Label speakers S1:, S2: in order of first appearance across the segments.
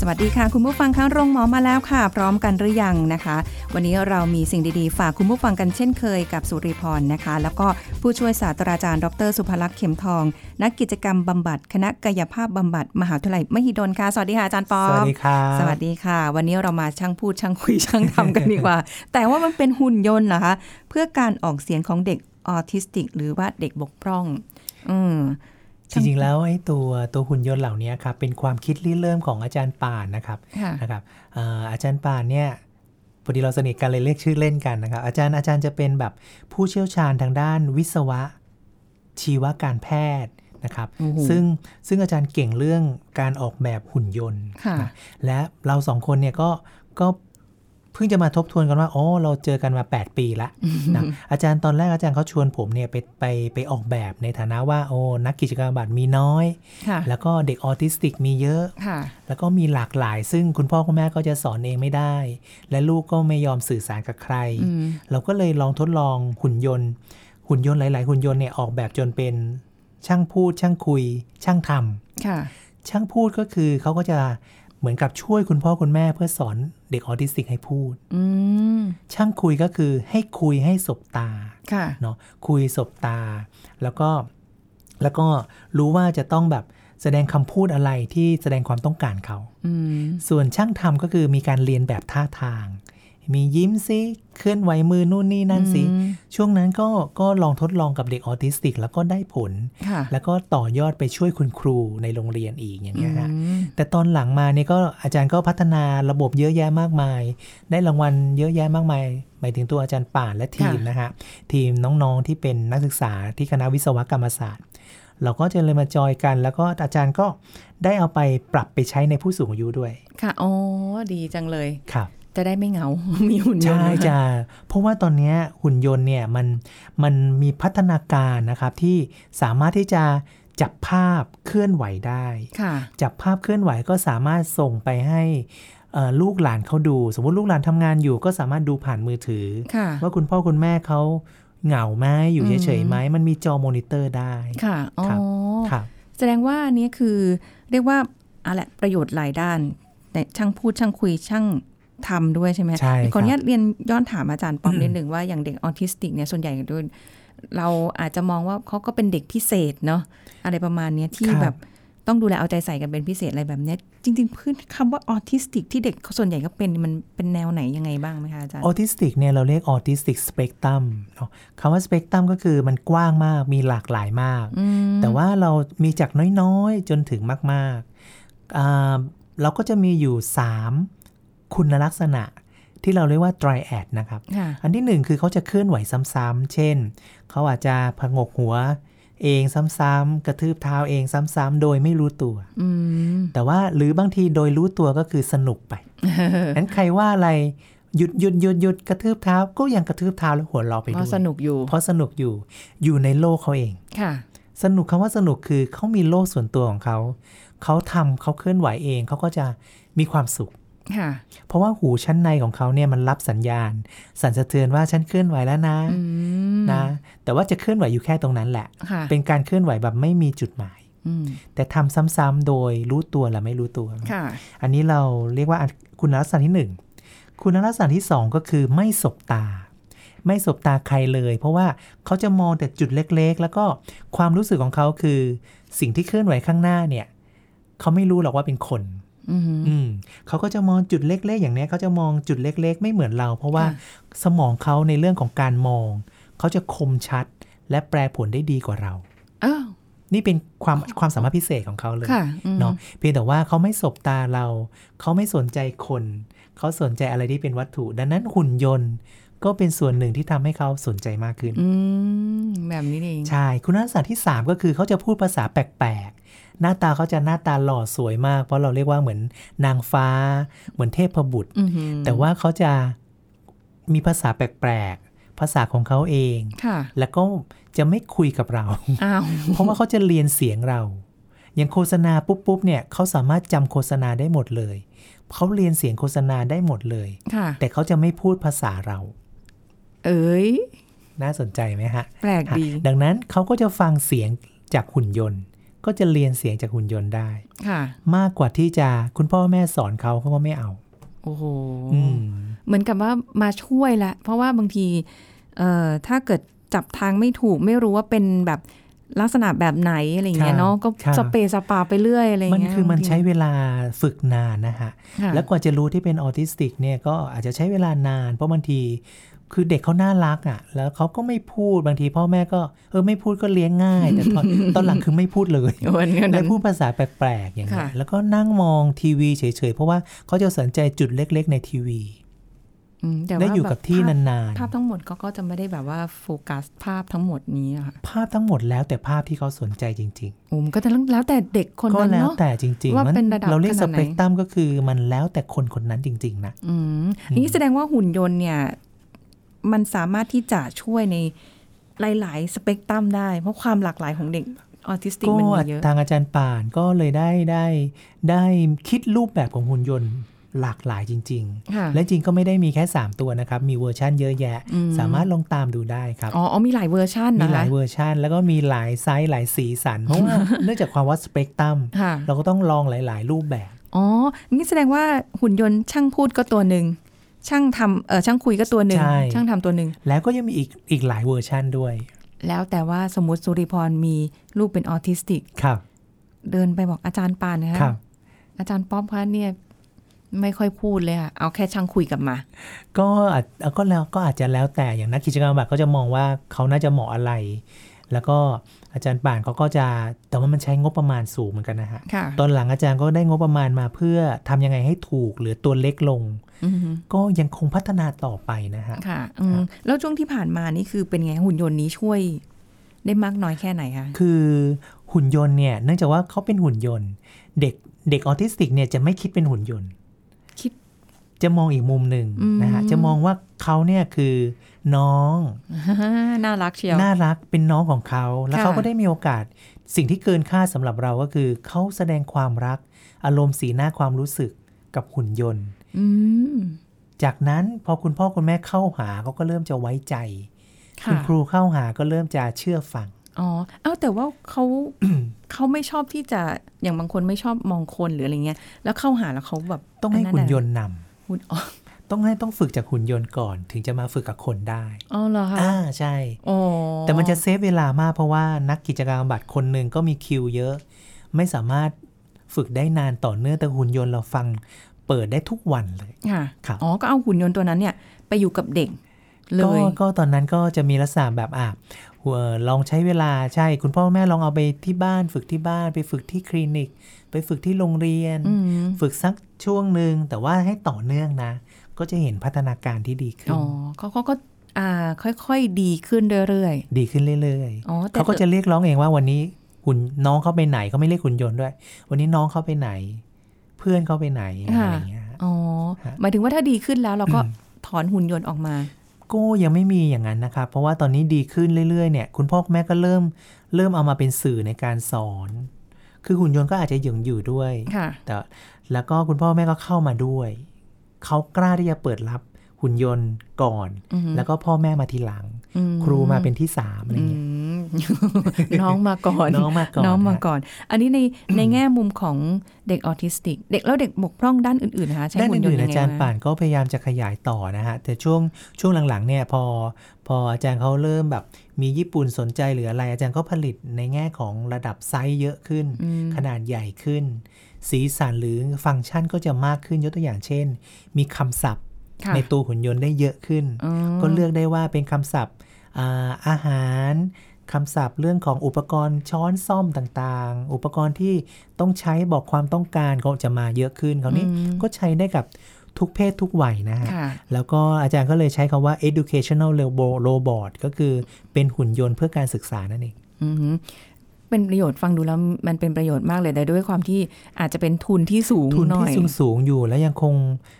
S1: สวัสดีค่ะ คุณผู้ฟังคะโรงหมอมาแล้วค่ะ พร้อมกันหรือยังนะคะ วันนี้เรามีสิ่งดีๆ ฝากคุณผู้ฟังกันเช่นเคยกับสุริพรนะคะ แล้วก็ผู้ช่วยศาสตราจารย์ดรสุภลักษณ์เข็มทอง นักกิจกรรมบำบัดคณะกายภาพบำบัดมหาวิทยาลัยมหิดลค่ะ สวัสดีค่ะอาจารย์ปอ
S2: สวัส
S1: ม
S2: ดีครับ
S1: สวัสดีค่ะ วันนี้เรามาช่างพูดช่างคุย ช่างทำกันดีกว่า แต่ว่ามันเป็นหุ่นยนต์เหรอคะเพื่อการออกเสียงของเด็กออทิสติก หรือว่าเด็กบกพร่อง อืม
S2: จริงๆ แล้วไอ้ตัวตัวหุ่นยนต์เหล่านี้ครับเป็นความคิดริเริ่มของอาจารย์ป่านนะครับ
S1: ค่ะ
S2: นะครับเอ่ออาจารย์ป่านเนี่ยพอดีเราสนิทกันเลยเรียกชื่อเล่นกันนะครับ อาจารย์อาจารย์จะเป็นแบบผู้เชี่ยวชาญทางด้านวิศวะ ชีวการแพทย์นะครับ
S1: โอ้โห
S2: ซึ่งซึ่งอาจารย์เก่งเรื่องการออกแบบหุ่นยนต์
S1: ค่ะ
S2: และเราสองคนเนี่ยก็ก็เพิ่งจะมาทบทวนกันว่า โอ้เราเจอกันมา 8 ปีละ นะอาจารย์ตอนแรกอาจารย์เขาชวนผมเนี่ยไปไปไปออกแบบในฐานะว่าโอ้นักกิจกรรมบัตรมีน้อย
S1: ค่ะ
S2: แล้วก็เด็กออทิสติกมีเยอะ
S1: ค่ะ
S2: แล้วก็มีหลากหลาย ซึ่งคุณพ่อคุณแม่ก็จะสอนเองไม่ได้ และลูกก็ไม่ยอมสื่อสารกับใคร
S1: อืม
S2: เราก็เลยลองทดลองหุ่นยนต์ หุ่นยนต์หลาย ๆ หุ่นยนต์เนี่ยออกแบบจนเป็นช่างพูด ช่างคุย ช่างทำ
S1: ค่ะ
S2: ช่างพูดก็คือเขาก็จะเหมือนกับช่วยคุณพ่อคุณแม่เพื่อสอนเด็กออทิสติกให้พูด
S1: อืม
S2: ช่างคุยก็คือให้คุยให้สบตา
S1: ค่ะ
S2: เนาะคุยสบตา แล้วก็แล้วก็รู้ว่าจะต้องแบบแสดงคำพูดอะไรที่แสดงความต้องการเขา
S1: อืม
S2: ส่วนช่างทำก็คือมีการเรียนแบบท่าทาง มียิ้มสิเคลื่อนไหวมือนู่นนี่นั่นสิ
S1: อืม
S2: ช่วงนั้นก็ก็ลองทดลองกับเด็กออทิสติก แล้วก็ได้ผล
S1: ค่ะ
S2: แล้วก็ต่อยอดไปช่วยคุณครูในโรงเรียนอีกอย่างเงี้ยฮะ
S1: อืม
S2: แต่ตอนหลังมาเนี่ยก็อาจารย์ก็พัฒนาระบบเยอะแยะมากมาย ได้รางวัลเยอะแยะมากมาย หมายถึงตัวอาจารย์ป่านและทีม
S1: ค่ะ
S2: นะฮะ ทีมน้องๆที่เป็นนักศึกษาที่คณะวิศวกรรมศาสตร์ เราก็จะเลยมาจอยกัน แล้วก็อาจารย์ก็ได้เอาไปปรับไปใช้ในผู้สูงอายุด้วย
S1: ค่ะ อ๋อ ดีจังเลย
S2: ครับ
S1: จะได้ไม่เหงา มีหุ่นยน
S2: ใช่
S1: ต์
S2: จ้ะเพราะว่าตอนเนี้ยหุ่นยนต์เนี่ยมันมันมีพัฒนาการนะครับที่สามารถที่จะจับภาพเคลื่อนไหวได้
S1: ค่ะ
S2: จับภาพเคลื่อนไหวก็สามารถส่งไปให้เอ่อลูกหลานเขาดู สมมติลูกหลานทำงานอยู่ก็สามารถดูผ่านมือถือ
S1: ค่ะ
S2: ว่าคุณพ่อคุณแม่เขาเหงาไหมอยู่
S1: อืม
S2: เฉยๆไหมมันมีจอมอนิเตอร์ได้
S1: ค่ะ อ๋อ
S2: ครับ
S1: แสดงว่าอันนี้คือ เรียกว่าอะแหละประโยชน์หลายด้านแต่ช่างพูดช่างคุยช่างทำด้วยใช่ไหม
S2: ใช่ครับ
S1: ขออนุญาตเรียนย้อนถามอาจารย์ป้อมนิดหนึ่งว่าอย่างเด็กออทิสติกเนี่ยส่วนใหญ่โดยเราอาจจะมองว่าเขาก็เป็นเด็กพิเศษเนาะอะไรประมาณเนี้ยที่แบบต้องดูแลเอาใจใส่กันเป็นพิเศษอะไรแบบเนี้ยจริงๆพื้นคำว่าออทิสติกที่เด็กเขาส่วนใหญ่ก็เป็นมันเป็นแนวไหนยังไงบ้างไหมคะอาจารย์
S2: ออทิสติกเนี่ยเราเรียกออทิสติกสเปกตรัมเนาะคำว่าสเปกตรัมก็คือมันกว้างมากมีหลากหลายมาก
S1: อืม
S2: แต่ว่าเรามีจากน้อยๆ จนถึงมากๆอ่าเราก็จะมีอยู่ 3 คุณลักษณะ ที่เราเรียกว่า triad นะครับ
S1: ค่ะ
S2: อันที่หนึ่งคือเขาจะเคลื่อนไหวซ้ำๆ เช่น เขาอาจจะผงกหัวเองซ้ำๆ กระทืบเท้าเองซ้ำๆ โดยไม่รู้ตัว
S1: อืม
S2: แต่ว่าหรือบางทีโดยรู้ตัวก็คือสนุ กไป นั้นใครว่าอะไรหยุดหยุดหยุดหยุดกระทืบเท้าก็ยังกระทืบเท้าแล้วหัวเราะไป
S1: เพ
S2: ด้วย
S1: ราะสนุกอยู่
S2: เพราะสนุกอยู่ อยู่ในโลกเขาเอง
S1: ค่ะ
S2: สนุกคำว่าสนุกคือเขามีโลกส่วนตัวของเขา เขาทำเขาเคลื่อนไหวเองเขาก็จะมีความสุข
S1: ค่ะ
S2: เพราะว่าหูชั้นในของเขาเนี่ยมันรับสัญญาณ สั่นสะเทือนว่าฉันเคลื่อนไหวแล้วนะ
S1: อืม
S2: นะแต่ว่าจะเคลื่อนไหวอยู่แค่ตรงนั้นแหละ
S1: ค่ะ
S2: เป็นการเคลื่อนไหวแบบไม่มีจุดหมาย
S1: อืม
S2: แต่ทำซ้ำๆโดยรู้ตัวและไม่รู้ตัว
S1: ค่ะ
S2: อันนี้เราเรียกว่าอันคุณลักษณะที่หนึ่งคุณลักษณะที่สองก็คือไม่สบตา ไม่สบตาใครเลย เพราะว่าเขาจะมองแต่จุดเล็กๆ แล้วก็ความรู้สึกของเขาคือ สิ่งที่เคลื่อนไหวข้างหน้าเนี่ยเขาไม่รู้หรอกว่าเป็นคน
S1: อืม
S2: อืมเขาก็จะมองจุดเล็กๆ อย่างเนี้ยเขาจะมองจุดเล็กๆ ไม่เหมือนเรา เพราะว่า
S1: ค่ะ
S2: สมองเขาในเรื่องของการมอง เขาจะคมชัดและแปลผลได้ดีกว่าเรา
S1: อ้าว
S2: นี่เป็นความความสามารถพิเศษของเขาเลย
S1: ค่ะอืม
S2: เนาะเพียงแต่ว่าเขาไม่สบตาเรา เขาไม่สนใจคน เขาสนใจอะไรที่เป็นวัตถุ ดังนั้นหุ่นยนต์ ก็เป็นส่วนหนึ่งที่ทำให้เขาสนใจมากขึ้น
S1: อืม แบบนี้นี่เอง
S2: ใช่ คุณลักษณะที่ 3 ก็คือเขาจะพูดภาษาแปลก หน้าตาเขาจะหน้าตาหล่อสวยมาก เพราะเราเรียกว่าเหมือนนางฟ้า เหมือนเทพบุตร
S1: อือหือ
S2: แต่ว่าเขาจะมีภาษาแปลกๆ ภาษาของเขาเอง
S1: ค่ะ
S2: แล้วก็จะไม่คุยกับเรา
S1: อ้าว
S2: เพราะว่าเขาจะเรียนเสียงเรา อย่างโฆษณาปุ๊บปุ๊บเนี่ยเขาสามารถจำโฆษณาได้หมดเลย เขาเรียนเสียงโฆษณาได้หมดเลย
S1: ค่ะ
S2: แต่เขาจะไม่พูดภาษาเรา
S1: เอ๋ย
S2: น่าสนใจไหมฮะ
S1: แปลกดี
S2: ดังนั้นเขาก็จะฟังเสียงจากหุ่นยนต์ ก็จะเรียนเสียงจากหุ่นยนต์ได้
S1: ค่ะ
S2: มากกว่าที่จะคุณพ่อแม่สอนเขาเขาก็ไม่เอา
S1: โอ้โห
S2: อืม
S1: เหมือนกับว่ามาช่วยละ เพราะว่าบางทีเอ่อถ้าเกิดจับทางไม่ถูกไม่รู้ว่าเป็นแบบลักษณะแบบไหนอะไรอย่างเงี้ยเนาะ ก็สเปซสปาไปเรื่อยอะไรอย่าง
S2: มัน
S1: เงี้ย
S2: คือมัน
S1: บางที
S2: ใช้เวลาฝึกนานนะฮะ
S1: ค่ะ
S2: แล้วกว่าจะรู้ที่เป็นออทิสติกเนี่ยก็อาจจะใช้เวลานาน เพราะบางทีคือเด็กเขาน่ารักอะ่ะ แล้วเขาก็ไม่พูดบางทีพ่อแม่ก็เออไม่พูดก็เลี้ยงง่าย แต่ตอน ตอนหลังคือไม่พูดเลย
S1: โอ้ยงั้น
S2: ไม่
S1: นั้น
S2: พูดภาษาแปลกๆอย่างเงี้ย
S1: ค่ะ
S2: แล้วก็นั่งมองทีวีเฉยๆ เพราะว่าเขาจะสนใจจุดเล็ก ๆ ในทีวี
S1: อืมแต่ว่า
S2: ได้อยู่กับที่
S1: ภาพ
S2: นาน
S1: ภาพทั้งหมดก็ก็จะไม่ได้แบบว่าโฟกัสภาพทั้งหมดนี้อะค่ะ
S2: ๆ ภาพทั้งหมดแล้วแต่ภาพที่เขาสนใจจริง
S1: โอ้มันก็จะแล้วแต่เด็กคน
S2: ๆ ก็
S1: นั้น
S2: แล้ว
S1: เนาะ
S2: แต่จริง
S1: ว่า
S2: ๆมัน
S1: เป็นระดับ
S2: เราเรียก
S1: ข
S2: ส
S1: นาดไหน
S2: เปกตรัมก็คือมันแล้วแต่คนคนนั้นจริง ๆ นะ
S1: อืมนี่แสดงว่าหุ่นยนต์เนี่ย มันสามารถที่จะช่วยในหลาย ๆ สเปกตรัมได้ เพราะความหลากหลายของเด็กออทิสติก
S2: ก็
S1: มันมีเยอะ
S2: ทางอาจารย์ป่านก็เลยได้ได้ได้คิดรูปแบบของหุ่นยนต์หลากหลายจริง
S1: ค่ะ
S2: ๆ และจริงก็ไม่ได้มีแค่ 3 ตัวนะครับ มีเวอร์ชั่นเยอะแยะ
S1: อืม
S2: สามารถลองตามดูได้ครับ
S1: อ๋ออ๋อมีหลายเวอร์ชัน
S2: มี
S1: นะ
S2: หลา
S1: คะ
S2: ยเวอร์ชันแล้วก็มีหลายไซส์หลายสีสัน เพราะว่าเนื่องจากความว่าสเปกตรัม
S1: ค่ะ
S2: เราก็ต้องลองหลาย ๆ รูปแบบ
S1: อ๋อ นี่แสดงว่าหุ่นยนต์ช่างพูดก็ตัวหนึ่ง ช่างทำเออช่างคุยก็ตัวหนึ่ง
S2: ใช่
S1: ช่างทำตัวหนึ่ง
S2: แล้วก็ยังมีอีกอีกหลายเวอร์ชันด้วย
S1: แล้วแต่ว่าสมมติสุริพรมีลูกเป็นออทิสติก
S2: ครับ
S1: เดินไปบอกอาจารย์ปานนะ
S2: ครั
S1: คะ
S2: บ
S1: อาจารย์ป๊อปคะเนี่ย ไม่ค่อยพูดเลยอะเอาแค่ช่างคุยกลับมา
S2: ก็อาจก็แล้วก็อาจจะแล้วแต่อย่างนักกิจกรรมบำบัตเขาจะมองว่าเขาน่าจะเหมาะอะไร แล้วก็อาจารย์ป่านเขาก็จะแต่ว่ามันใช้งบประมาณสูงเหมือนกันนะฮะ
S1: ค่ะ
S2: ตอนหลังอาจารย์ก็ได้งบประมาณมาเพื่อทำยังไงให้ถูกหรือตัวเล็กลง
S1: อือหือ
S2: ก็ยังคงพัฒนาต่อไปนะฮะ
S1: ค่ะอืม
S2: ครับ
S1: แล้วช่วงที่ผ่านมานี่คือเป็นไงหุ่นยนต์นี้ช่วย ได้มากน้อยแค่ไหนคะ
S2: คือหุ่นยนต์เนี่ยเนื่องจากว่าเขาเป็นหุ่นยนต์ เด็กเด็กออทิสติกเนี่ยจะไม่คิดเป็นหุ่นยนต์
S1: คิด
S2: จะมองอีกมุมหนึ่ง
S1: อืม
S2: นะฮะจะมองว่าเขาเนี่ยคือน้อง
S1: น่ารักเชียว
S2: น่ารักเป็นน้องของเขา แล้ว
S1: ค่ะ
S2: เขาก็ได้มีโอกาส สิ่งที่เกินค่าสำหรับเราก็คือเขาแสดงความรัก อารมณ์สีหน้าความรู้สึกกับหุ่นยนต์
S1: อืม
S2: จากนั้นพอคุณพ่อคุณแม่เข้าหาเขาก็เริ่มจะไว้ใจ คุ
S1: ค่ะ
S2: ณครูเข้าหาก็เริ่มจะเชื่อฟัง
S1: อ๋อเอ้าแต่ว่าเขา เขาไม่ชอบที่จะอย่างบางคนไม่ชอบมองคนหรืออะไรเงี้ย แล้วเข้าหาแล้วเขาแบบ
S2: ต้องให้หุ่นย
S1: อั
S2: นต์นำ
S1: ะหุ่นอ๋อ
S2: ต้องให้ต้องฝึกจากหุ่นยนต์ก่อน ถึงจะมาฝึกกับคนได้
S1: อ๋อเหรอคะ
S2: อ่าใช่
S1: อ๋อ
S2: แต่มันจะเซฟเวลามากเพราะว่านักกิจกรรมบำบัตรคนหนึ่งก็มีคิวเยอะ ไม่สามารถฝึกได้นานต่อเนื่องแต่หุ่นยนต์เราฟัง เปิดได้ทุกวันเลย
S1: ค่ะ
S2: ครับ
S1: อ๋อก็เอาหุ่นยนต์ตัวนั้นเนี่ย ไปอยู่กับเด็ก เล
S2: ก็
S1: ย
S2: ก็ตอนนั้นก็จะมีลักษณะแบบอ่ะเอ่อลองใช้เวลาใช่ คุณพ่อแม่ลองเอาไปที่บ้าน ฝึกที่บ้าน ไปฝึกที่คลินิก ไปฝึกที่โรงเรียน
S1: อืม
S2: ฝึกสักช่วงหนึ่งแต่ว่าให้ต่อเนื่องนะ ก็จะเห็นพัฒนาการที่ดีขึ้น
S1: อ๋อเขาเขาก็อ่า ค่อยๆดีขึ้นเรื่อย
S2: ดีขึ้นเรื่อย
S1: ๆอ๋อ
S2: ๆ
S1: แต่
S2: เขาก็จะเรียกร้องเองว่าวันนี้หุ่นน้องเขาไปไหนเขาไม่เรียกหุ่นยนต์ด้วย วันนี้น้องเขาไปไหน เพื่อนเขาไปไหนอะไรอย่างเงี้ย
S1: อ๋อ
S2: ฮะ
S1: หมายถึงว่าถ้าดีขึ้นแล้วเราก็ถอนหุ่นยนต์ออกมา
S2: ก็ยังไม่มีอย่างนั้นนะครับ เพราะว่าตอนนี้ดีขึ้นเรื่อยๆเนี่ยคุณพ่อคุณแม่ก็เริ่มเริ่มเอามาเป็นสื่อในการสอน คือหุ่นยนต์ก็อาจจะยังอยู่ด้วย
S1: ค่ะ
S2: แต่แล้วก็คุณพ่อแม่ก็เข้ามาด้วย เขากล้าที่จะเปิดรับหุ่นยนต์ก่อน
S1: อือฮึ
S2: แล้วก็พ่อแม่มาทีหลัง
S1: อื
S2: ครูมาเป็นที่สามอะไร
S1: อื
S2: เงี้ย
S1: ม น้องมาก่อน
S2: น้องมาก่อน
S1: น้องมา
S2: ฮะ
S1: ก่อน อันนี้ในในแง่มุมของเด็กออทิสติก เด็กแล้วเด็กบกพร่องด้านอื่นๆนะคะใช้
S2: ด้าน
S1: หุ่นยน
S2: อื่
S1: ต์
S2: นๆ
S1: ยัง
S2: อา
S1: ไง
S2: จารย์
S1: บ้าง
S2: ป่านก็พยายามจะขยายต่อนะฮะแต่ช่วงช่วงหลังๆเนี่ยพอ พออาจารย์เขาเริ่มแบบมีญี่ปุ่นสนใจหรืออะไร อาจารย์ก็ผลิตในแง่ของระดับไซส์เยอะขึ้น
S1: อืม
S2: ขนาดใหญ่ขึ้น สีสันหรือฟังก์ชันก็จะมากขึ้นยกตัวอย่างเช่น มีคำศัพท์
S1: ค่ะ
S2: ในตัวหุ่นยนต์ได้เยอะขึ้น
S1: อ๋อ
S2: ก็เลือกได้ว่าเป็นคำศัพท์อาอาหารคำศัพท์เรื่องของอุปกรณ์ช้อนซ่อมต่างๆ อุปกรณ์ที่ต้องใช้บอกความต้องการก็จะมาเยอะขึ้นคราวนี้
S1: อืม
S2: ก็ใช้ได้กับทุกเพศทุกวัยนะฮะ
S1: ค่ะ
S2: แล้วก็อาจารย์ก็เลยใช้คำว่า educational robo- robot ก็คือเป็นหุ่นยนต์เพื่อการศึกษานั่นเอง
S1: อืม เป็นประโยชน์ฟังดูแล้วมันเป็นประโยชน์มากเลยแต่ด้วยความที่อาจจะเป็นทุนที่สูง
S2: ทุน
S1: หน่
S2: ที่
S1: อย
S2: สูงสูงๆอยู่และยังคง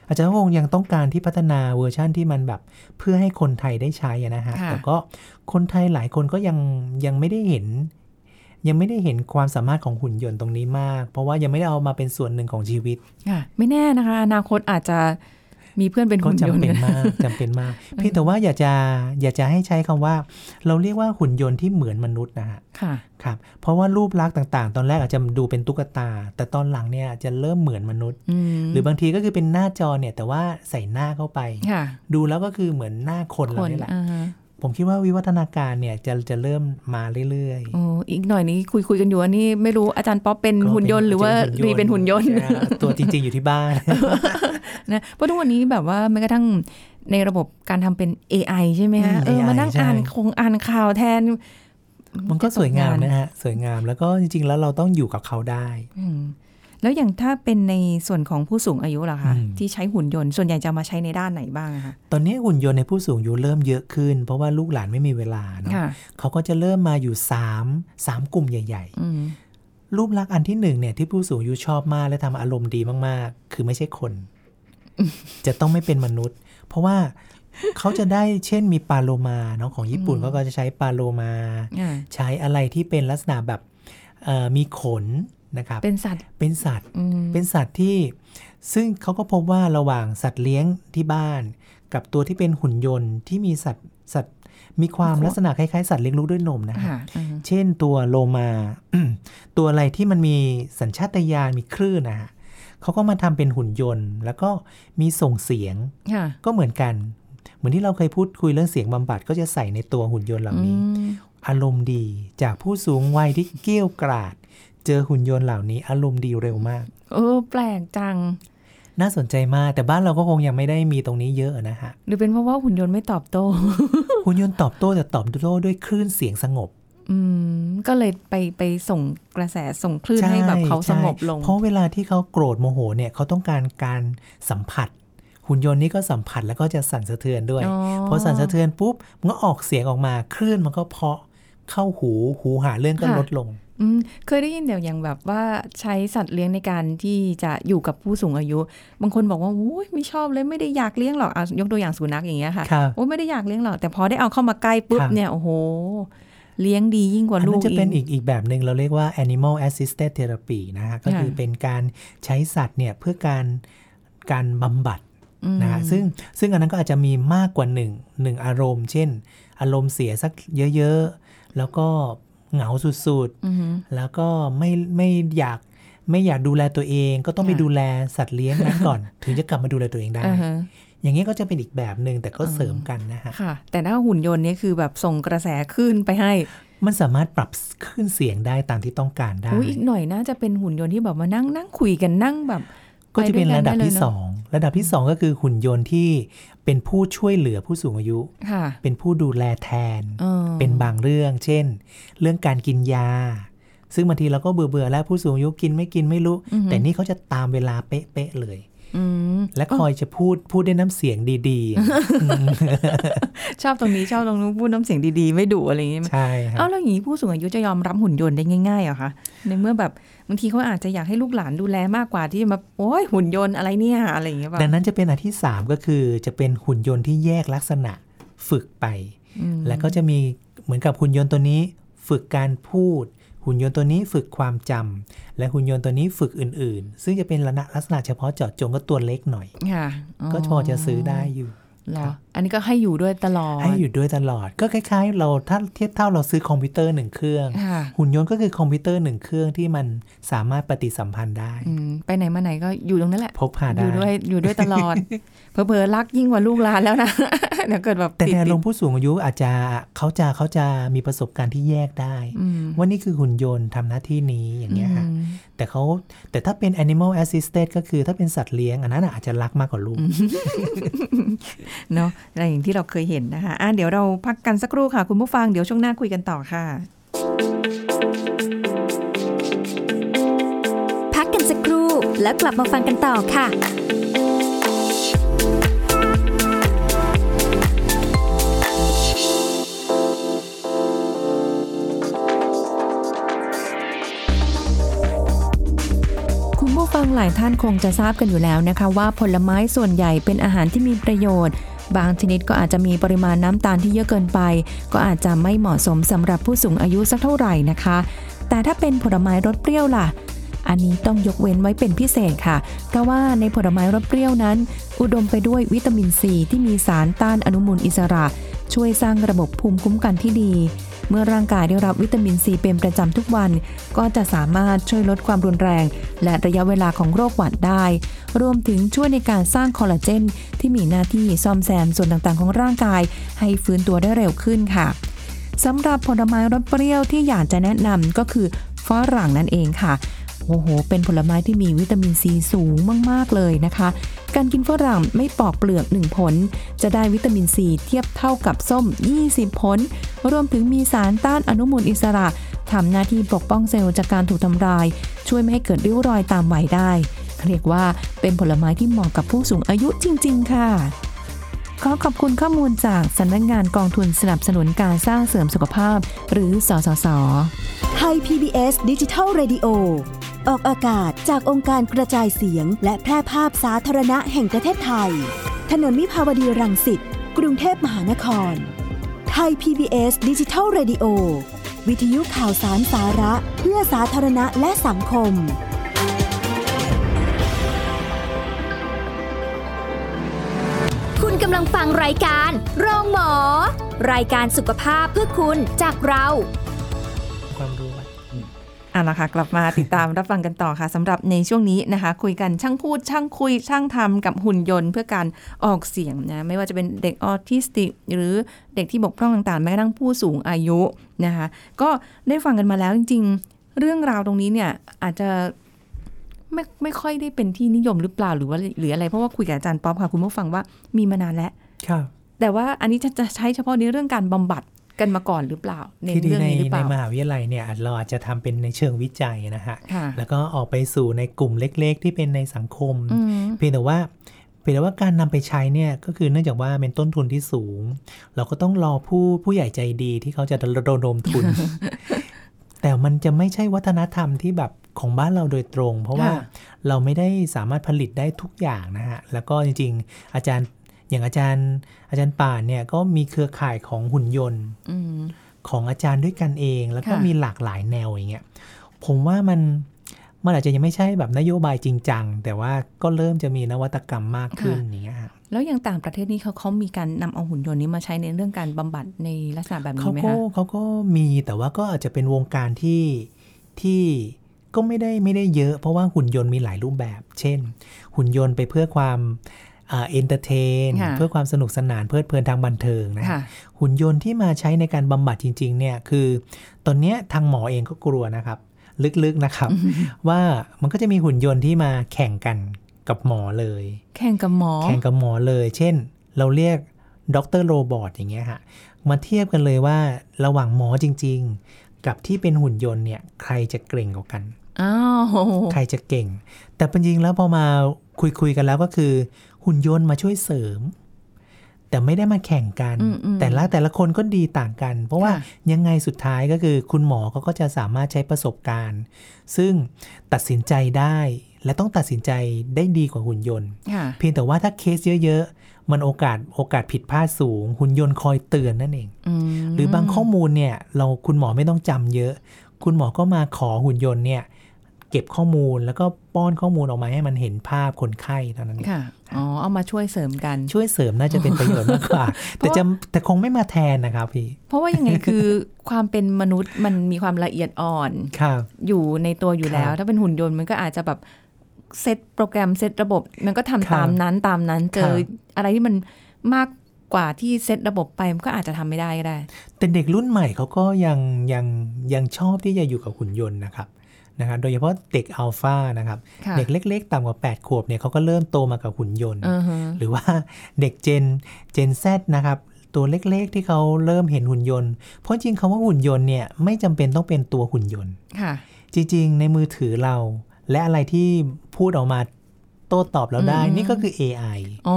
S2: อาจารย์คงยังต้องการที่พัฒนาเวอร์ชั่นที่มันแบบ เพื่อให้คนไทยได้ใช้อะนะฮะ
S1: ค่ะ
S2: แต่ก็คนไทยหลายคนก็ยังยังไม่ได้เห็น ยังไม่ได้เห็นความสามารถของหุ่นยนต์ตรงนี้มาก เพราะว่ายังไม่ได้เอามาเป็นส่วนหนึ่งของชีวิต
S1: ค่ะไม่แน่นะคะ อนาคตอาจจะมีเพื่อนเป็น
S2: ก็
S1: หุ่น
S2: จำ
S1: ยนต์
S2: เป็นมากจำเป็น มาก เพียงแต่ว่าอยากจะอยากจะให้ใช้คำว่า เราเรียกว่าหุ่นยนต์ที่เหมือนมนุษย์นะฮะ
S1: ค่ะ
S2: ครับ เพราะว่ารูปลักษณ์ต่าง ๆ ตอนแรกอาจจะดูเป็นตุ๊กตา แต่ตอนหลังเนี่ยจะเริ่มเหมือนมนุษย์
S1: อืม
S2: หรือบางทีก็คือเป็นหน้าจอเนี่ยแต่ว่าใส่หน้าเข้าไป
S1: ค่ะ
S2: ดูแล้วก็คือเหมือนหน้าคน
S1: ค
S2: เรา
S1: น
S2: เนี่ยแหละ
S1: อ่าฮะ
S2: ผมคิดว่าวิวัฒนาการเนี่ยจะจะเริ่มมาเรื่อย
S1: โอ้อีกหน่อยนี้คุยคุยกันอยู่อันนี้ไม่รู้อาจารย์ป๊อปเป็น
S2: ๆก็
S1: หุ่นยนต์หรือว่ารีเป็นหุ่นยนต์
S2: ใช่ครับตัวจริง ๆ อยู่ที่ บ้าน
S1: นะเพราะทุกวันนี้แบบว่าแม้กระทั่งในระบบการทำเป็น AI ใช่ไหมคะ
S2: อืม
S1: เออ
S2: AI
S1: มานั่ง
S2: ใช่
S1: อ่านคงอ่านข่าวแทน
S2: มันก็สวยงาม
S1: จต
S2: นะฮะ สวยงามแล้วก็จริง ๆ แล้วเราต้องอยู่กับเขาได้
S1: อืมแล้วอย่างถ้าเป็นในส่วนของผู้สูงอายุล่ะคะ
S2: อืม
S1: ที่ใช้หุ่นยนต์ส่วนใหญ่จะเอามาใช้ในด้านไหนบ้างอะคะ
S2: ตอนนี้หุ่นยนต์ในผู้สูงอายุเริ่มเยอะขึ้น เพราะว่าลูกหลานไม่มีเวลาเนาะ
S1: ค่ะ
S2: เขาก็จะเริ่มมาอยู่สามสามกลุ่มใหญ่ ๆ
S1: อืม
S2: รูปลักษณ์อันที่หนึ่งเนี่ยที่ผู้สูงอายุชอบมากและทำอารมณ์ดีมากๆ คือไม่ใช่คน จะต้องไม่เป็นมนุษย์ เพราะว่าเขาจะได้เช่นมีปลาโลมาเนาะของญี่ปุ่นเขาก็จะใช้ปลาโลมา
S1: อ่า
S2: ใช้อะไรที่เป็นลักษณะแบบเอ่อมีขนนะครับ
S1: เป็นสัตว์
S2: เป็นสัตว์
S1: อืม
S2: เป็นสัตว์ที่ ซึ่งเขาก็พบว่าระหว่างสัตว์เลี้ยงที่บ้าน กับตัวที่เป็นหุ่นยนต์ที่มีสัตว์สัตว์มีความลักษณะคล้ายๆสัตว์เลี้ยงลูกด้วยนมนะครับ
S1: ค่ะอืม
S2: เช่นตัวโลมา ตัวอะไรที่มันมีสัญชาตญาณมีคลื่นนะฮะเขาก็มาทำเป็นหุ่นยนต์ แล้วก็มีส่งเสียง
S1: ค่ะ
S2: ก็เหมือนกัน เหมือนที่เราเคยพูดคุยเรื่องเสียงบำบัดก็จะใส่ในตัวหุ่นยนต์เหล่านี้
S1: อืม
S2: อารมณ์ดีจากผู้สูงวัยที่เกรี้ยวกราด เจอหุ่นยนต์เหล่านี้อารมณ์ดีเร็วมาก
S1: เออแปลกจัง
S2: น่าสนใจมากแต่บ้านเราก็คงยังไม่ได้มีตรงนี้เยอะนะฮะ
S1: หรือเป็นเพราะว่าหุ่นยนต์ไม่ตอบโต้
S2: หุ่นยนต์ตอบโต้แต่ตอบโต้ด้วยคลื่นเสียงสงบ
S1: อืมก็เลยไปไปส่งกระแสส่งคลื่นให้แบบเขาส
S2: ช่
S1: งบลง
S2: เพราะเวลาที่เขาโกรธโมโหเนี่ยเขาต้องการการสัมผัส หุ่นยนต์นี่ก็สัมผัสแล้วก็จะสั่นสะเทือนด้วย
S1: อ๋อ
S2: พอสั่นสะเทือนปุ๊บมันก็ออกเสียงออกมาคลื่นมันก็เพาะเข้าหูหูหาเรื่องก็ลดลง
S1: อืมเคยได้ยินเดี๋ยวอย่างแบบว่าใช้สัตว์เลี้ยงในการที่จะอยู่กับผู้สูงอายุ บางคนบอกว่าโอ้ยไม่ชอบเลยไม่ได้อยากเลี้ยงหรอกเอายกตัวอย่างสุนัขอย่างเงี้ยค่ะ
S2: ครับ
S1: โอ้ยไม่ได้อยากเลี้ยงหรอกแต่พอได้เอาเข้ามาใกล้ปุ๊บ
S2: ครับ
S1: เนี่ยโอ้โห เลี้ยงดียิ่งก
S2: อั
S1: ว่าน ลูก
S2: นั้นจะเป็น
S1: อีก
S2: อีกอีกแบบหนึ่งเราเรียกว่า animal assisted therapy นะฮะก็คือ
S1: ค่ะ
S2: เป็นการใช้สัตว์เนี่ยเพื่อการการบำบัด
S1: อืม
S2: นะฮะซึ่งซึ่งอันนั้นก็อาจจะมีมากกว่าหนึ่งหนึ่งอารมณ์ เช่น อารมณ์เสียสักเยอะๆ แล้วก็เหงาสุด
S1: อือหือ
S2: ๆ แล้วก็ไม่ไม่อยากไม่อยากดูแลตัวเอง ก็ต้องไป
S1: ค่ะ
S2: ดูแลสัตว์เลี้ยงนั้น ก่อน ถึงจะกลับมาดูแลตัวเองได้
S1: อ่าฮะ
S2: อย่างนี้ยก็จะเป็นอีกแบบหนึ่งแต่ก็เสริมกันนะฮะ
S1: ค่ะ แต่ถ้าหุ่นยนต์เนี่ยคือแบบส่งกระแสคลื่นไปให้
S2: มันสามารถปรับขึ้นเสียงได้ตามที่ต้องการได้
S1: อุ้ยอีกหน่อยน่าจะเป็นหุ่นยนต์ที่แบบมานั่งนั่งคุยกันนั่งแบบ
S2: ก็จะเป็นระดับที่
S1: ไปวยกัไเลยเนอะ
S2: สองระดับที่สองก็คือหุ่นยนต์ที่เป็นผู้ช่วยเหลือผู้สูงอายุ
S1: ค่ะ
S2: เป็นผู้ดูแลแทน
S1: ออ
S2: เป็นบางเรื่อง เช่น เรื่องการกินยา ซึ่งบางทีเราก็เบื่อเบื่อๆแล้วผู้สูงอายุกินไม่กินไม่รู้
S1: อือหือ
S2: แต่นี่เขาจะตามเวลาเป๊ะๆเลย
S1: อืม
S2: และคอยจะพูดพูดด้วยน้ำเสียงดี
S1: ชอบตรงนี้ชอบตรงนู้นพูดน้ำเสียงดีๆ ไม่ดุอะไรอย่างงี้
S2: ๆ ใช่ครั
S1: เอ้า
S2: บ
S1: แล้วอย่างนี้ผู้สูงอายุจะยอมรับหุ่นยนต์ได้ง่ายๆเหรอคะในเมื่อแบบบางทีเขาอาจจะอยากให้ลูกหลานดูแลมากกว่าที่จะมาโอ้ยหุ่นยนต์อะไรเนี่ยอะไรอย่างเงี้ยป่ะ
S2: ดังนั้นจะเป็นอันที่ 3 ก็คือจะเป็นหุ่นยนต์ที่แยกลักษณะฝึกไป
S1: อืม
S2: แล้วก็จะมีเหมือนกับหุ่นยนต์ตัวนี้ ฝึกการพูด หุ่นยนต์ตัวนี้ฝึกความจำและหุ่นยนต์ตัวนี้ฝึกอื่นๆ ซึ่งจะเป็นลักษณะเฉพาะเจาะจงก็ตัวเล็กหน่อย
S1: ค่ะ
S2: ก็พอจะซื้อได้อยู่
S1: เหรออันนี้ก็ให้อยู่ด้วยตลอด
S2: ให้อยู่ด้วยตลอดก็คล้ายๆ เราถ้าเทียบเท่าเราซื้อคอมพิวเตอร์หนึ่งเครื่อง
S1: ค่ะ
S2: หุ่นยนต์ก็คือคอมพิวเตอร์หนึ่งเครื่องที่มันสามารถปฏิสัมพันธ์ได้
S1: อืมไปไหนมาไหนก็อยู่ตรงนั้นแหละ
S2: พกพา
S1: อ
S2: ได้
S1: ยู่ด้วยอยู่ด้วยตล อดเผลอๆรักยิ่งกว่าลูกหลานแล้วนะ เดี๋ยวเกิดแบบ
S2: แต่
S1: ติด
S2: ในอารมณ์ผู้สูงอายุอาจจะเขาจะเขาจะมีประสบการณ์ที่แยกได้
S1: อืม
S2: ว่านี่คือหุ่นยนต์ทำหน้าที่นี้อย่างเงี้ยฮะ
S1: อืม
S2: แต่เขาแต่ถ้าเป็น animal assisted ก็คือถ้าเป็นสัตว์เลี้ยง อันนั้นน่ะอาจจะรักมากกว่าลูก
S1: เนาะอะไรอย่างที่เราเคยเห็นนะคะอ่ะเดี๋ยวเราพักกันสักครู่ค่ะ คุณผู้ฟังเดี๋ยวช่วงหน้าคุยกันต่อค่ะ
S3: พักกันสักครู่แล้วกลับมาฟังกันต่อค่ะ
S4: 「
S1: คุณผู้ฟังหลายท่านคงจะทราบกันอยู่แล้วนะคะ ว่าผลไม้ส่วนใหญ่เป็นอาหารที่มีประโยชน์ บางชนิดก็อาจจะมีปริมาณน้ำตาลที่เยอะเกินไป ก็อาจจะไม่เหมาะสมสำหรับผู้สูงอายุสักเท่าไหร่นะคะ แต่ถ้าเป็นผลไม้รสเปรี้ยวล่ะ อันนี้ต้องยกเว้นไว้เป็นพิเศษค่ะ เพราะว่าในผลไม้รสเปรี้ยวนั้น อุดมไปด้วยวิตามินซีที่มีสารต้านอนุมูลอิสระ ช่วยสร้างระบบภูมิคุ้มกันที่ดี เมื่อร่างกายได้รับวิตามินซีเป็นประจำทุกวัน ก็จะสามารถช่วยลดความรุนแรง และระยะเวลาของโรคหวัดได้ รวมถึงช่วยในการสร้างคอลลาเจน ที่มีหน้าที่ซ่อมแซมส่วนต่างๆ ของร่างกาย ให้ฟื้นตัวได้เร็วขึ้นค่ะ สำหรับผลไม้รสเปรี้ยวที่อยากจะแนะนำก็คือฝรั่งนั่นเองค่ะ โอ้โห เป็นผลไม้ที่มีวิตามินซีสูงมาก ๆ เลยนะคะ การกินฝรั่งไม่ปอกเปลือก 1 ผล จะได้วิตามินซีเทียบเท่ากับส้ม 20 ผล รวมถึงมีสารต้านอนุมูลอิสระทำหน้าที่ปกป้องเซลล์จากการถูกทำลาย ช่วยไม่ให้เกิดริ้วรอยตามวัยได้ เรียกว่าเป็นผลไม้ที่เหมาะกับผู้สูงอายุจริง ๆ ค่ะ ขอขอบคุณข้อมูลจากสำนักงงานกองทุนสนับสนุนการสร้างเสริมสุขภาพ หรือสสส
S4: ไทย PBS ดิจิทัล Radio ออกอากาศจากองค์การกระจายเสียง และแพร่ภาพสาธารณะแห่งประเทศไทย ถนนมิภาวดีรังสิต กรุงเทพมหานคร ไทย PBS ดิจิทัล Radio วิทยุข่าวสารสาระเพื่อสาธารณะและสังคม
S3: คุณกำลังฟังรายการโรงหมอ รายการสุขภาพเพื่อคุณจากเรา
S2: ความรู้ไว้
S1: เอาละค่ะกลับมาติดตาม รับฟังกันต่อค่ะสำหรับในช่วงนี้นะคะ คุยกันช่างพูด ช่างคุย ช่างทำกับหุ่นยนต์เพื่อการออกเสียงนะไม่ว่าจะเป็นเด็กออทิสติก หรือเด็กที่บกพร่องต่างๆ แม้กระทั่งผู้สูงอายุนะคะ ก็ได้ฟังกันมาแล้วจริง ๆ เรื่องราวตรงนี้เนี่ยอาจจะไม่ไม่ค่อยได้เป็นที่นิยมหรือเปล่าหรือว่าหรืออะไรเพราะว่าคุยกับอาจารย์ป๊อปค่ะคุณผู้ฟังว่ามีมานานแล้ว
S2: ครับ
S1: แต่ว่าอันนี้จะจะใช้เฉพาะในเรื่องการบำบัดกันมาก่อนหรือเปล่าใน
S2: ที่ดี
S1: เรื่อง
S2: ใน
S1: นี้หรือเป
S2: ใน
S1: ล่าม
S2: หาวิทยาลัยเนี่ยเราอาจจะทำเป็นในเชิงวิจัยนะฮะ
S1: ค่ะ
S2: แล้วก็ออกไปสู่ในกลุ่มเล็กๆ ที่เป็นในสังคม
S1: อืม
S2: เพียงแต่ว่าเพียงแต่ว่าการนำไปใช้เนี่ยก็คือเนื่องจากว่าเป็นต้นทุนที่สูง เราก็ต้องรอผู้ผู้ใหญ่ใจดีที่เขาจะระดม ทุน แต่มันจะไม่ใช่วัฒนธรรมที่แบบของบ้านเราโดยตรง เพราะว่าเราไม่ได้สามารถผลิตได้ทุกอย่างนะฮะ แล้วก็จริงๆ อาจารย์อย่างอาจารย์ อาจารย์ป่านเนี่ยก็มีเครือข่ายของหุ่นยนต์
S1: อืม
S2: ของอาจารย์ด้วยกันเอง แล้วก็
S1: ค่ะ
S2: มีหลากหลายแนวอย่างเงี้ยผมว่ามันมันอาจจะยังไม่ใช่แบบนโยบายจริงจัง แต่ว่าก็เริ่มจะมีนวัตกรรมมากขึ้นอย่างเงี้ยฮะ
S1: แล้วอย่างต่างประเทศนี่เขาเขามีการนำเอาหุ่นยนต์นี้มาใช้ในเรื่องการบำบัดในลักษณะแบบนี้
S2: เขา
S1: ไหม
S2: ก็
S1: คะ
S2: เขาก็มีแต่ว่าก็อาจจะเป็นวงการที่ที่ก็ไม่ได้ไม่ได้เยอะ เพราะว่าหุ่นยนต์มีหลายรูปแบบ เช่น หุ่นยนต์ไปเพื่อความเอ็นเตอร์เทน
S1: ค่ะ
S2: เพื่อความสนุกสนานเพลิดเพลินทางบันเทิงนะฮะ
S1: ค่ะ
S2: หุ่นยนต์ที่มาใช้ในการบำบัดจริงๆเนี่ยคือตอนเนี้ยทางหมอเองก็กลัวนะครับ ลึกๆ นะครับ ว่ามันก็จะมีหุ่นยนต์ที่มาแข่งกันกับหมอเลย
S1: แข่งกับหมอ
S2: แข่งกับหมอเลย เช่น เราเรียกด็อกเตอร์โรบอทอย่างเงี้ยฮะมาเทียบกันเลยว่าระหว่างหมอจริง ๆ กับที่เป็นหุ่นยนต์เนี่ยใครจะเก่งกว่ากัน
S1: อ้าว
S2: ใครจะเก่ง แต่เป็นจริงแล้วพอมาคุยคุยๆกันแล้วก็คือหุ่นยนต์มาช่วยเสริม แต่ไม่ได้มาแข่งกัน
S1: อืมอืม
S2: แต่ละแต่ละคนก็ดีต่างกัน เพราะว่า
S1: ค่ะ
S2: ยังไงสุดท้ายก็คือคุณหมอเขาก็จะสามารถใช้ประสบการณ์ ซึ่งตัดสินใจได้ และต้องตัดสินใจได้ดีกว่าหุ่นยนต์
S1: ค่ะ
S2: เพียงแต่ว่าถ้าเคสเยอะๆ มันโอกาสโอกาสผิดพลาดสูง หุ่นยนต์คอยเตือนนั่นเอง
S1: อืม
S2: หรือบางข้อมูลเนี่ยเราคุณหมอไม่ต้องจำเยอะ คุณหมอก็มาขอหุ่นยนต์เนี่ยเก็บข้อมูลแล้วก็ป้อนข้อมูลออกมาให้มันเห็นภาพคนไข้เท่านั้นเอง
S1: ค่ะ อ๋อ เอามาช่วยเสริมกัน
S2: ช่วยเสริมน่าจะเป็นประโยชน์มากกว่า แต่จะแต่คงไม่มาแทนนะครับพี่
S1: เพราะว่ายังไงคือ ความเป็นมนุษย์มันมีความละเอียดอ่อน
S2: ครับ
S1: อยู่ในตัวอยู่แล้ว
S2: ครับ
S1: ถ้าเป็นหุ่นยนต์มันก็อาจจะแบบเซตโปรแกรมเซตระบบ มันก็ทำ
S2: ครับ
S1: ตามนั้นตามนั้นเจอ
S2: ครับ
S1: อะไรที่มันมากกว่าที่เซตระบบไปมันก็อาจจะทำไม่ได้ก็ได้
S2: แต่เด็กรุ่นใหม่เขาก็ยังยังยังชอบที่จะอยู่กับหุ่นยนต์นะครับนะครับโดยเฉพาะเด็กอัลฟานะครับ
S1: ค่ะ
S2: เด็กเล็ก ๆต่ำกว่า 8 ขวบเนี่ยเขาก็เริ่มโตมากับหุ่นยนต์
S1: อือฮะ
S2: หรือว่าเด็กเจนเจน Z นะครับ ตัวเล็กๆที่เขาเริ่มเห็นหุ่นยนต์ เพราะจริงคำว่าหุ่นยนต์เนี่ยไม่จำเป็นต้องเป็นตัวหุ่นยนต์
S1: ค่ะ
S2: จริงๆ ในมือถือเรา และอะไรที่พูดออกมาโต้ตอบเราได้
S1: อืม
S2: นี่ก็คือ AI
S1: อ๋อ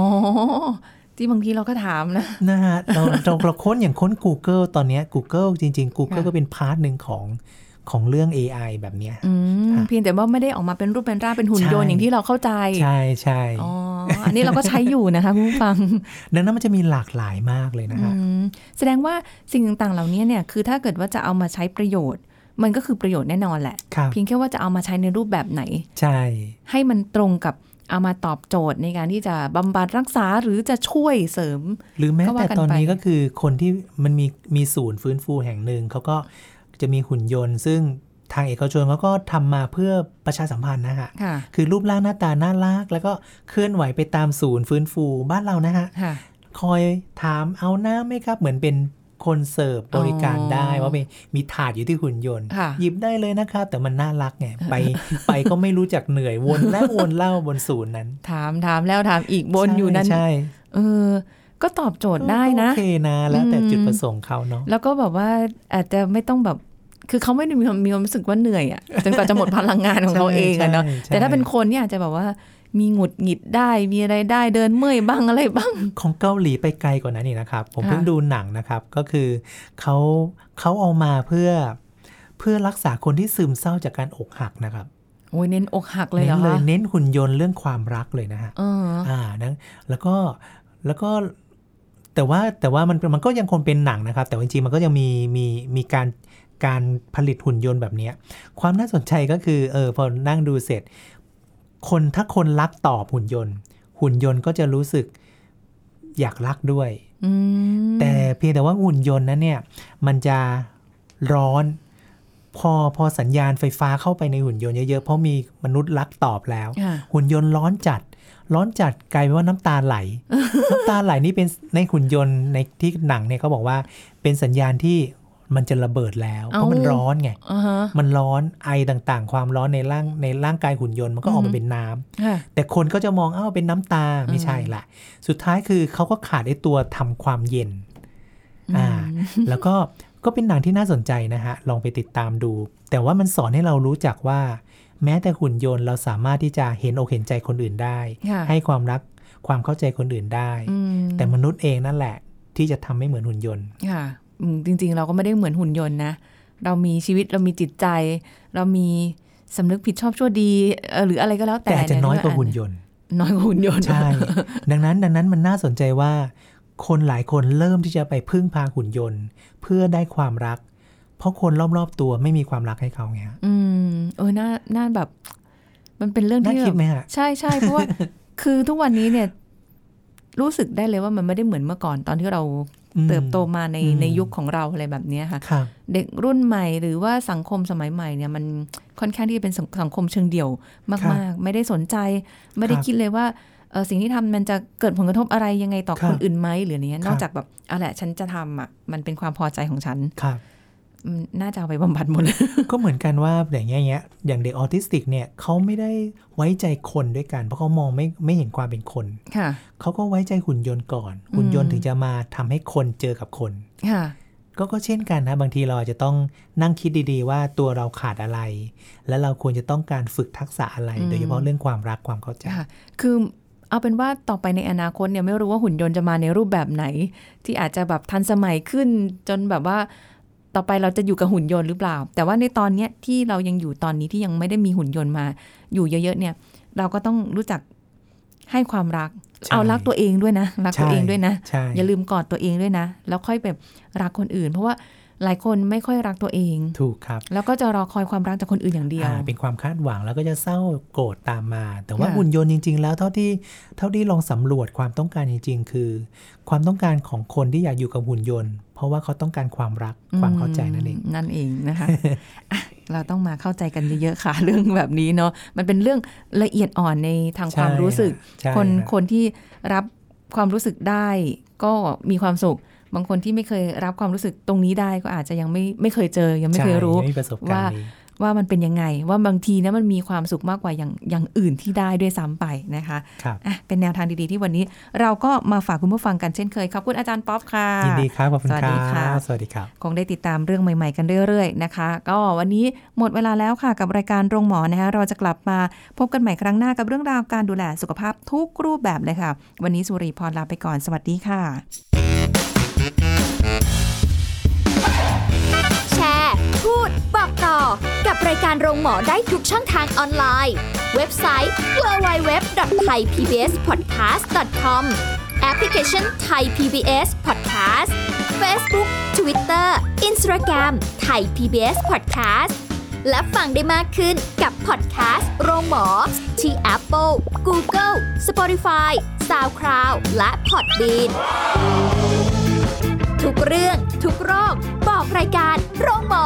S1: ที่บางทีเราก็ถามนะ
S2: นะฮะเราเราเราค้นอย่างค้น Google ตอนเนี้ย Google จริง ๆ Google
S1: ค่ะ
S2: ก็เป็นพาร์ทหนึ่งของ ของเรื่อง AI แบบเนี้ย
S1: อืม
S2: ค่ะ
S1: เพียงแต่ว่าไม่ได้ออกมาเป็นรูปเป็นร่างเป็นหุ่นยนต์
S2: ใช่
S1: อย่างที่เราเข้าใจ
S2: ใช่ใช่
S1: อ๋ออันนี้เราก็ใช้อยู่นะคะคุณผู้ฟัง
S2: ดังนั้นมันจะมีหลากหลายมากเลยนะฮะ
S1: อืมแสดงว่าสิ่งต่างๆ เหล่านี้เนี่ยคือถ้าเกิดว่าจะเอามาใช้ประโยชน์ มันก็คือประโยชน์แน่นอนแหละ
S2: ครับ
S1: เพียงแค่ว่าจะเอามาใช้ในรูปแบบไหน
S2: ใช่
S1: ให้มันตรงกับเอามาตอบโจทย์ในการที่จะบำบัดรักษาหรือจะช่วยเสริม
S2: หรือแม้
S1: ก็ว่ากั
S2: แต่
S1: นไป
S2: ตอนนี้ก็คือคนที่มันมีมีศูนย์ฟื้นฟูแห่งหนึ่งเขาก็จะมีหุ่นยนต์ ซึ่งทางเอกชนเขาก็ทำมาเพื่อประชาสัมพันธ์นะฮะ
S1: ค่ะ
S2: คือรูปร่างหน้าตาน่ารัก แล้วก็เคลื่อนไหวไปตามศูนย์ฟื้นฟูบ้านเรานะฮะ
S1: ค่ะ
S2: คอยถามเอาน้ำไหมครับ เหมือนเป็นคนเสิร์ฟบริการได้
S1: อ๋อ
S2: ว่ามีมีถาดอยู่ที่หุ่นยนต์
S1: ค่ะ
S2: หยิบได้เลยนะครับ แต่มันน่ารั กไงไป ไปก็ไม่รู้จักเหนื่อยวน และวนเล่าบนศูนย์นั้น
S1: ถามถามแล้วถามอีกบนอยู่นั้น
S2: ใช่
S1: เออ ก็ตอบโจทย์
S2: ใช่
S1: ได้นะ
S2: โอเคนะแล้วแต่
S1: อืม
S2: จุดประสงค์เขาเนาะ
S1: แล้วก็แบบว่าอาจจะไม่ต้องแบบ คือเขาไม่ได้มีความมีความรู้สึกว่าเหนื่อยอะจนกว่าจะหมดพลังงานของเขาเองอะเนาะ
S2: ใช่ใช่
S1: แต่ถ้าเป็นคนเนี่ยอาจจะแบบว่ามีหงุดหงิดได้มีอะไรได้เดินเมื่อยบ้างอะไรบ้าง
S2: ของเกาหลีไปไกลกว่านั้นอีกนะครับ ผม
S1: ค่ะ
S2: เพิ่งดูหนังนะครับ ก็คือเขาเขาเอามาเพื่อ เพื่อรักษาคนที่ซึมเศร้าจากการอกหักนะครับ
S1: โอ้ยเน้นอกหักเลย
S2: เน้
S1: เหรอ
S2: นเลย
S1: คะ
S2: เน้นหุ่นยนต์เรื่องความรักเลยนะฮะ
S1: เออ
S2: อ่านะแล้วก็แล้วก็แต่ว่าแต่ว่ามันมันก็ยังคงเป็นหนังนะครับ แต่ว่าจริงๆมันก็ยังมีมีมีการการผลิตหุ่นยนต์แบบเนี้ยความน่าสนใจก็คือเออพอนั่งดูเสร็จ คนถ้าคนรักตอบหุ่นยนต์ หุ่นยนต์ก็จะรู้สึกอยากรักด้วย
S1: อืม
S2: แต่เพียงแต่ว่าหุ่นยนต์นั้นเนี่ยมันจะร้อน พอพอสัญญาณไฟฟ้าเข้าไปในหุ่นยนต์เยอะๆเพราะมีมนุษย์รักตอบแล้ว
S1: ค่ะ
S2: หุ่นยนต์ร้อนจัด ร้อนจัดกลายเป็นว่าน้ำตา ไหล น้ำตาไหลนี่เป็นในหุ่นยนต์ในที่หนังเนี่ยเขาบอกว่าเป็นสัญญาณที่มันจะระเบิดแล้ว เพราะมันร้อนไง
S1: อ่าฮะ
S2: มันร้อนไอต่างๆ ความร้อนในร่างในร่างกายหุ่นยนต์มันก็ออก
S1: อื
S2: มา
S1: อฮึ
S2: เป็นน้ำ
S1: ค่ะ
S2: แต่คนก็จะมองอ้าวเป็นน้ำตาไม่ใช่ละสุดท้ายคือเขาก็ขาดไอตัวทำความเย็นอ่าแล้วก็ก็เป็นหนังที่น่าสนใจนะฮะลองไปติดตามดู แต่ว่ามันสอนให้เรารู้จักว่า แม้แต่หุ่นยนต์เราสามารถที่จะเห็นอกเห็นใจคนอื่นได้
S1: ค่ะ
S2: ให้ความรักความเข้าใจคนอื่นได้
S1: อืม
S2: แต่มนุษย์เองนั่นแหละ ที่จะทำไม่เหมือนหุ่นยนต์
S1: ค่ะอืมจริง ๆ เราก็ไม่ได้เหมือนหุ่นยนต์นะ เรามีชีวิตเรามีจิตใจ เรามีสำนึกผิดชอบชั่วดีเอ่อหรืออะไรก็แล้วแต่
S2: แต่อาจจะน้อยกว่าหุ่นยนต์
S1: นน้อยกว่าหุ่นยนต์
S2: ใช่ ดังนั้นดังนั้นมันน่าสนใจว่า คนหลายคนเริ่มที่จะไปพึ่งพาหุ่นยนต์ เพื่อได้ความรัก เพราะคนรอบๆตัวไม่มีความรักให้เขาไงฮะ
S1: อืมเออน่าน่าแบบ มันเป็นเรื่อง
S2: น่า
S1: ที่แบ
S2: คิด
S1: บ
S2: ไหมฮะ
S1: ใช่ใช่ เพราะว่า คือทุกวันนี้เนี่ย รู้สึกได้เลยว่ามันไม่ได้เหมือนเมื่อก่อนตอนที่เรา
S2: อืม
S1: เติบโตมาใน
S2: อืม
S1: ในยุคของเราอะไรแบบเนี้ยค่ะ
S2: ครับ
S1: เด็กรุ่นใหม่หรือว่าสังคมสมัยใหม่เนี่ยมันค่อนข้างที่จะเป็นสังสังคมเชิงเดี่ยว
S2: ครับ
S1: มาก ๆ ไม่ได้สนใจ ไม่ได้
S2: ครับ
S1: คิดเลยว่าเอ่อสิ่งที่ทำมันจะเกิดผลกระทบอะไรยังไงต่อ
S2: ค
S1: ค
S2: รับ
S1: นอื่นไหมหรืออะไรเนี้ย
S2: ครับ
S1: นอกจากแบบเอาแหละฉันจะทำอ่ะมันเป็นความพอใจของฉัน
S2: ครับ
S1: อืมน่าจะเอาไปบำบัดหมดเลย
S2: ก็เหมือนกันว่าอย่างเงี้ยอย่างเงี้ยอย่างเด็กออทิสติกเนี่ยเขาไม่ได้ไว้ใจคนด้วยกัน เพราะเขามองไม่ไม่เห็นความเป็นคน
S1: ค่ะ
S2: เขาก็ไว้ใจหุ่นยนต์ก่อน หุ่นยนต์
S1: อืม
S2: ถึงจะมาทำให้คนเจอกับคน
S1: ค่ะ
S2: ก็ก็เช่นกันนะบางทีเราอาจจะต้องนั่งคิดดีๆ ว่าตัวเราขาดอะไร และเราควรจะต้องการฝึกทักษะอะไร
S1: อืม
S2: โดยเฉพาะเรื่องความรักความเข้าใจ
S1: ค่ะ คือเอาเป็นว่าต่อไปในอนาคตเนี่ยไม่รู้ว่าหุ่นยนต์จะมาในรูปแบบไหน ที่อาจจะแบบทันสมัยขึ้น จนแบบว่า ต่อไปเราจะอยู่กับหุ่นยนต์หรือเปล่า แต่ว่าในตอนเนี้ยที่เรายังอยู่ตอนนี้ที่ยังไม่ได้มีหุ่นยนต์มา อยู่เยอะ ๆ เนี่ย เราก็ต้องรู้จักให้ความรัก
S2: ใช่
S1: เอารักตัวเองด้วยนะรักตัวเองด้วยนะ
S2: ใช่
S1: อย่าลืมกอดตัวเองด้วยนะ แล้วค่อยแบบรักคนอื่น เพราะว่าหลายคนไม่ค่อยรักตัวเอง
S2: ถูกครับ
S1: แล้วก็จะรอคอยความรักจากคนอื่นอย่างเดียว
S2: อ่าเป็นความคาดหวังแล้วก็จะเศร้าโกรธตามมา แต่ว่า
S1: ค่ะ
S2: หุ่นยนต์จริง ๆ แล้วเท่าที่เท่าที่ลองสำรวจความต้องการจริง ๆ คือ ความต้องการของคนที่อยากอยู่กับหุ่นยนต์ เพราะว่าเขาต้องการความรักความเข้าใจนั่นเอง
S1: มนั่นเองนะคะอ่ะเราต้องมาเข้าใจกันเยอะๆค่ะ เรื่องแบบนี้เนาะมันเป็นเรื่องละเอียดอ่อนในทางความ
S2: ใช่
S1: รู้สึก
S2: ใช่
S1: คน
S2: นะ
S1: คนที่รับความรู้สึกได้ ก็มีความสุข บางคนที่ไม่เคยรับความรู้สึกตรงนี้ได้ก็อาจจะยังไม่ไม่เคยเจอ ยังไม่เคย
S2: ใช่
S1: รู้
S2: ไม่มีประสบกา
S1: ว่า
S2: รณ์นี้
S1: ว่ามันเป็นยังไง ว่าบางทีนะมันมีความสุขมากกว่าอย่างอย่างอื่นที่ได้ด้วยซ้ำไปนะคะ
S2: ครับ
S1: อ่ะเป็นแนวทางดีๆที่วันนี้เราก็มาฝากคุณผู้ฟังกันเช่นเคยขอบคุณอาจารย์ป๊อปค่ะ
S2: ยินดีครับขอบคุณ
S1: สวัส
S2: ค
S1: ดีค่ะ
S2: รับสวัสดีครับ
S1: คงได้ติดตามเรื่องใหม่ ๆ กันเรื่อยๆนะคะ ก็วันนี้หมดเวลาแล้วค่ะกับรายการโรงหมอนะคะเราจะกลับมาพบกันใหม่ครั้งหน้ากับเรื่องราวการดูแลสุขภาพทุกรูปแบบเลยค่ะ วันนี้สุริพรลาไปก่อนสวัสดีค่ะ
S3: แชร์ พูดบอกต่อ กับรายการโรงหมอได้ทุกช่องทางออนไลน์ เว็บไซต์ www.thaipbspodcast.com แอปพลิเคชัน Thai PBS Podcast Facebook Twitter Instagram Thai PBS Podcast และฟังได้มากขึ้นกับพอดแคสต์โรงหมอ ที่ Apple, Google, Spotify, SoundCloud และ Podbean ทุกเรื่องทุกโรค บอกรายการโรงหมอ